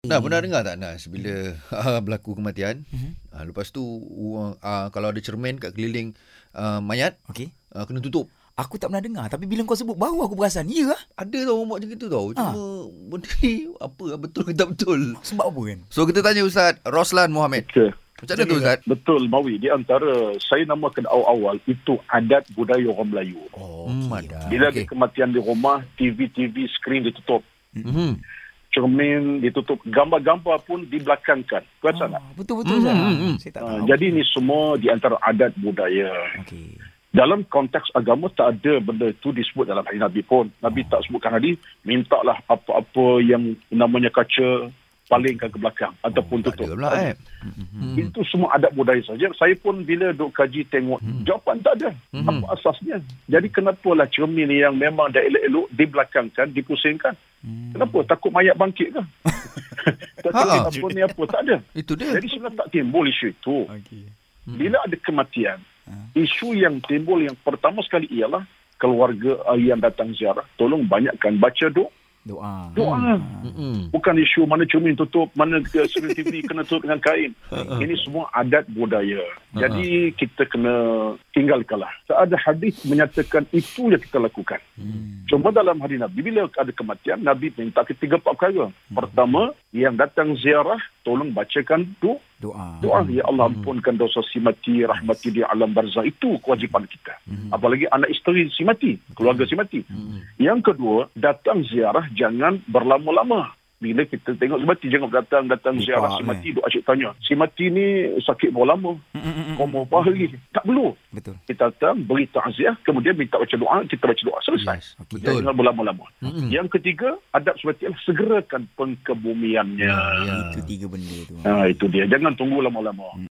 Nah, pernah dengar tak Nas bila uh, berlaku kematian? Mm-hmm. Uh, lepas tu uh, uh, kalau ada cermin kat keliling uh, mayat, Okey. uh, kena tutup. Aku tak pernah dengar tapi bila kau sebut baru aku perasan. Ya ah. Ada tau orang buat macam itu tau. Cuma benda ni apa ah, betul ke tak betul. Sebab apa kan? So kita tanya Ustaz Roslan Mohamed. Okey. Macam mana tu Ustaz? Betul Mawi di antara saya namakan awal-awal itu adat budaya orang Melayu. Oh, Hmm, okey. ada. Bila Okey. okay. kematian di rumah, TV-TV skrin ditutup, Mhm. cermin ditutup, gambar-gambar pun dibelakangkan. Kuasa tak? Ah, betul betul Hmm, Ustaz. hmm, hmm. Saya tak Uh, tahu. jadi ini semua di antara adat budaya. okey. Dalam konteks agama tak ada benda itu disebut dalam hadis Nabi pun. Nabi tak sebutkan hadis, mintalah apa-apa yang namanya kaca palingkan ke belakang ataupun Tak tutup. ada pula Tak ada. eh. Hmm. Itu semua adat budaya saja. Saya pun bila duk kaji tengok, hmm. jawapan tak ada. Hmm. Apa asasnya? Jadi kenapalah cermin yang memang dah elok-elok dibelakangkan, dipusingkan? Hmm. Kenapa? Takut mayat bangkit ke? tak Ha-ha. takut apa ni apa. Tak ada. Itu dia. Jadi sebenarnya tak timbul isu itu. Hmm. Okey. Bila ada kematian, isu yang timbul yang pertama sekali ialah keluarga uh, yang datang ziarah, tolong banyakkan baca doa. Doa. Hmm. Doa. Mhm. Bukan isu mana cermin tutup, mana ke- cermin TV kena tutup dengan kain. Ini semua adat budaya. Jadi kita kena tinggalkanlah. Ada hadis menyatakan itu yang kita lakukan. Cuma dalam hadis Nabi, bila ada kematian, Nabi minta ketiga empat perkara. Pertama, yang datang ziarah, tolong bacakan doa. Doa. Doa, Ya Allah ampunkan dosa si mati, rahmati di alam barzah. Itu kewajipan kita. Hmm. Apalagi anak isteri si mati, keluarga si mati. Mhm. Yang kedua, datang ziarah jangan berlama-lama. Bila kita tengok si mati, jangan datang datang Lepak, ziarah si eh. mati, duk asyik tanya. Si mati ni sakit berapa lama? Hmm. Koma berapa hari? Tak perlu. Betul. Kita datang, beri takziah, kemudian minta baca doa, kita baca doa. Selesai. Yes. Mhm. Hmm. Okey. Betul. Hmm. Jangan berlama-lama. Mm-mm. Yang ketiga, adab sebatilah segerakan pengkebumiannya. Ya. Itu tiga benda tu. Ah, Ha, itu dia. Jangan tunggu lama-lama.